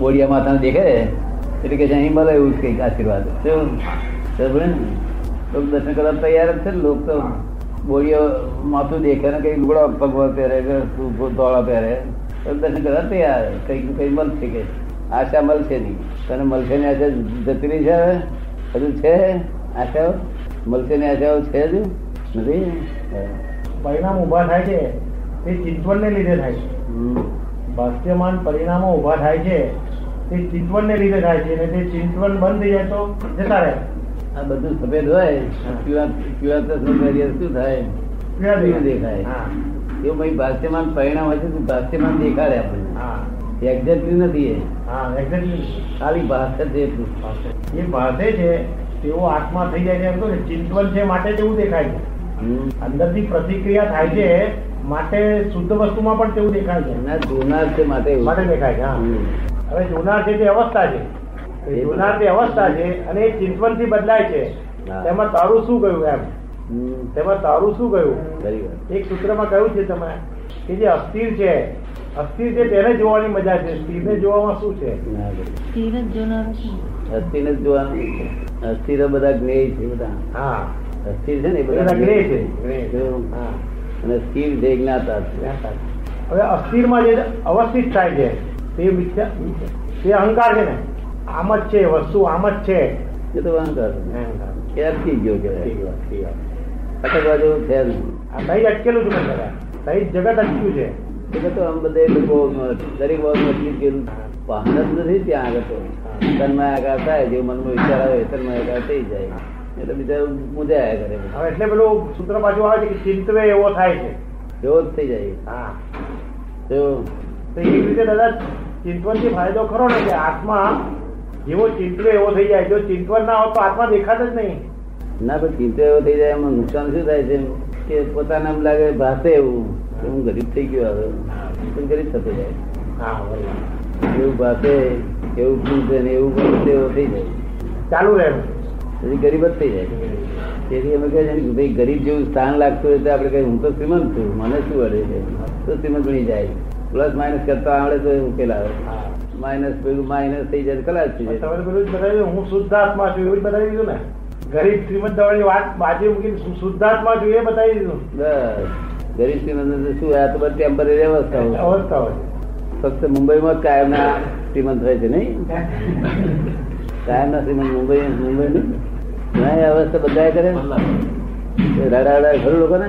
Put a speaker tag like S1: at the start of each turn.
S1: બોડિયા માથાને દેખે એટલે કે છે, અહીં મળે એવું કંઈક આશીર્વાદ શું? સમજે ને? લોકો દર્શન કરવા તૈયાર જ છે ને લોકો તો બોડિયો માથું દેખે ને કંઈક લુગડા પગવા પહેરે કે શું ધોળા પહેરે તો દર્શન કરવા તૈયાર કંઈક ને કંઈક મળશે કે આશા મળશે નહીં તને મળશે ને આશા જતી રહી છે હવે? હજુ છે આશાઓ મળશે ને આશાઓ છે હજુ નથી હા.
S2: પરિણામ ઊભા થાય છે તે ચિંતવનને લીધે થાય છે
S1: હમ.
S2: ભાષ્યમાન પરિણામો ઊભા થાય છે તે ચિંતવનને લીધે થાય છે અને તે ચિંતવન બંધ થઈ જાય તો જતા રહે
S1: આ બધું સફેદ હોય
S2: હા.
S1: પીળા પીળા ચશ્મા પહેરીએ તો શું થાય
S2: પીડા
S1: પીળું દેખાય.
S2: દેખાય. હા
S1: એવું ભાઈ ભાષ્યમાન પરિણામ હોય છે તો ભાષ્યમાન દેખાડે આપણને
S2: હા
S1: એક્ઝેક્ટલી નથી એ
S2: હા exactly.
S1: ખાલી ભાષા છે એટલું.
S2: એ ભાષે છે તેઓ આત્મા થઈ જાય છે એમ કહું ને, ચિંતવન છે માટે તેવું દેખાય છે
S1: હમ.
S2: અંદરથી પ્રતિક્રિયા થાય છે માટે શુદ્ધ વસ્તુમાં પણ તેવું દેખાય છે
S1: એમના જોનાર છે માટે એવું.
S2: માટે દેખાય છે હા
S1: હમ.
S2: હવે જોનાર છે તે અવસ્થા છે
S1: એ
S2: જોનાર તે અવસ્થા છે અને એ ચિંતવન થી બદલાય છે
S1: હા.
S2: તેમાં તારું શું ગયું એમ
S1: હમ.
S2: તેમાં તારું શું ગયું
S1: ખરી વાત.
S2: એક સૂત્રમાં કહ્યું છે તમે કે જે અસ્થિર છે અસ્થિર છે તેને જોવાની મજા છે સ્થિરને જોવામાં શું છે
S1: ના ભાઈ.
S3: સ્થિર જ જોનારો છે.
S1: અસ્થિને જ જોવાનું છે. અસ્થિર બધા જ્ઞેય છે બધા
S2: હા
S1: અસ્થિર છે ને એ
S2: એ
S1: બધા
S2: રગડે
S1: જ્ઞેય
S2: છે
S1: છે. જો.
S2: હા
S1: અને સ્થિર છે જ્ઞાતા છે
S2: હવે અસ્થિરમાં જે અવસ્થિત થાય છે તે મિથ્યા તે અહંકાર છે ને આમ જ છે વસ્તુ આમ જ છે
S1: એ તો અહંકાર છે.
S2: અહંકાર.
S1: એ અટકી ગયો
S2: ઠીક
S1: કહેવાય
S2: વાત, ઠીક વાત.
S1: અટકવા જેવું છે જ નહીં.
S2: આ સહી અટકેલું છે મેં કદાચ. સહી જગત અટક્યું છે
S1: એટલે તો આમ બધે લોકો દરેક બાબતમાં એટલી પેલું ભાન જ નથી ત્યાં આગળ તો તન્મય આકાર થાય જે મનમાં વિચાર આવે એ તન્મય આકાર થઈ જાય એટલે બીજા મૂંઝાયા કરે બધા.
S2: હવે એટલે પેલું સૂત્ર પાછું આવે છે કે ચિંતવે એવો થાય છે
S1: એવો જ થઈ જાય
S2: હા
S1: તો
S2: તો એક રીતે દાદા ચિંતવનથી ફાયદો ખરો ને કે આત્મા જેવો ચિંતવે એવો થઈ જાય જો ચિંતવન ના હોય તો આત્મા દેખાતો જ નહીં
S1: ના પણ ચિંતા એવો થઈ જાય એમાં નુકસાન શું થાય છે કે પોતાને એમ લાગે ભાષે એવું કે હું ગરીબ થઈ ગયો હવે પણ ગરીબ થતો જાય
S2: હા બરાબર.
S1: એવું ભાષે એવું પૂછે ને એવું પણ એવો થઈ જાય
S2: ચાલુ રહેવું
S1: પછી ગરીબ જ થઈ જાય તેથી અમે કહે છે ને કે ભાઈ ગરીબ જેવું સ્થાન લાગતું હોય તો આપણે કહીએ હું તો શ્રીમંત છું મને શું અડે છે તો શ્રીમંત બની જાય પ્લસ માઇનસ કરતા આવડે તો ઉકેલ આવે
S2: હા
S1: માઇનસ પેલું માઇનસ થઈ જાય તો ખલાસ થઈ
S2: પણ
S1: જાય
S2: તમે પેલું જ બતાવી દીધું, હું શુદ્ધાત્મા છું એવું જ બતાવી દીધું ને ગરીબ શ્રીમંત દવાની વાત બાજુ મૂકીને હું શુદ્ધાત્મા છું એ બતાવી દીધું
S1: બસ ગરીબ શ્રીમંત તો શું આ તો બધી ટેમ્પરરી અવસ્થા હોય.
S2: અવસ્થા હોય
S1: ફક્ત મુંબઈમાં જ કાયમના શ્રીમંત હોય છે નહીં કાયમના શ્રીમંત મુંબઈ મુંબઈ નહીં ના, એ અવસ્થા બધા કરે રડાવડા ખરું લોકો ને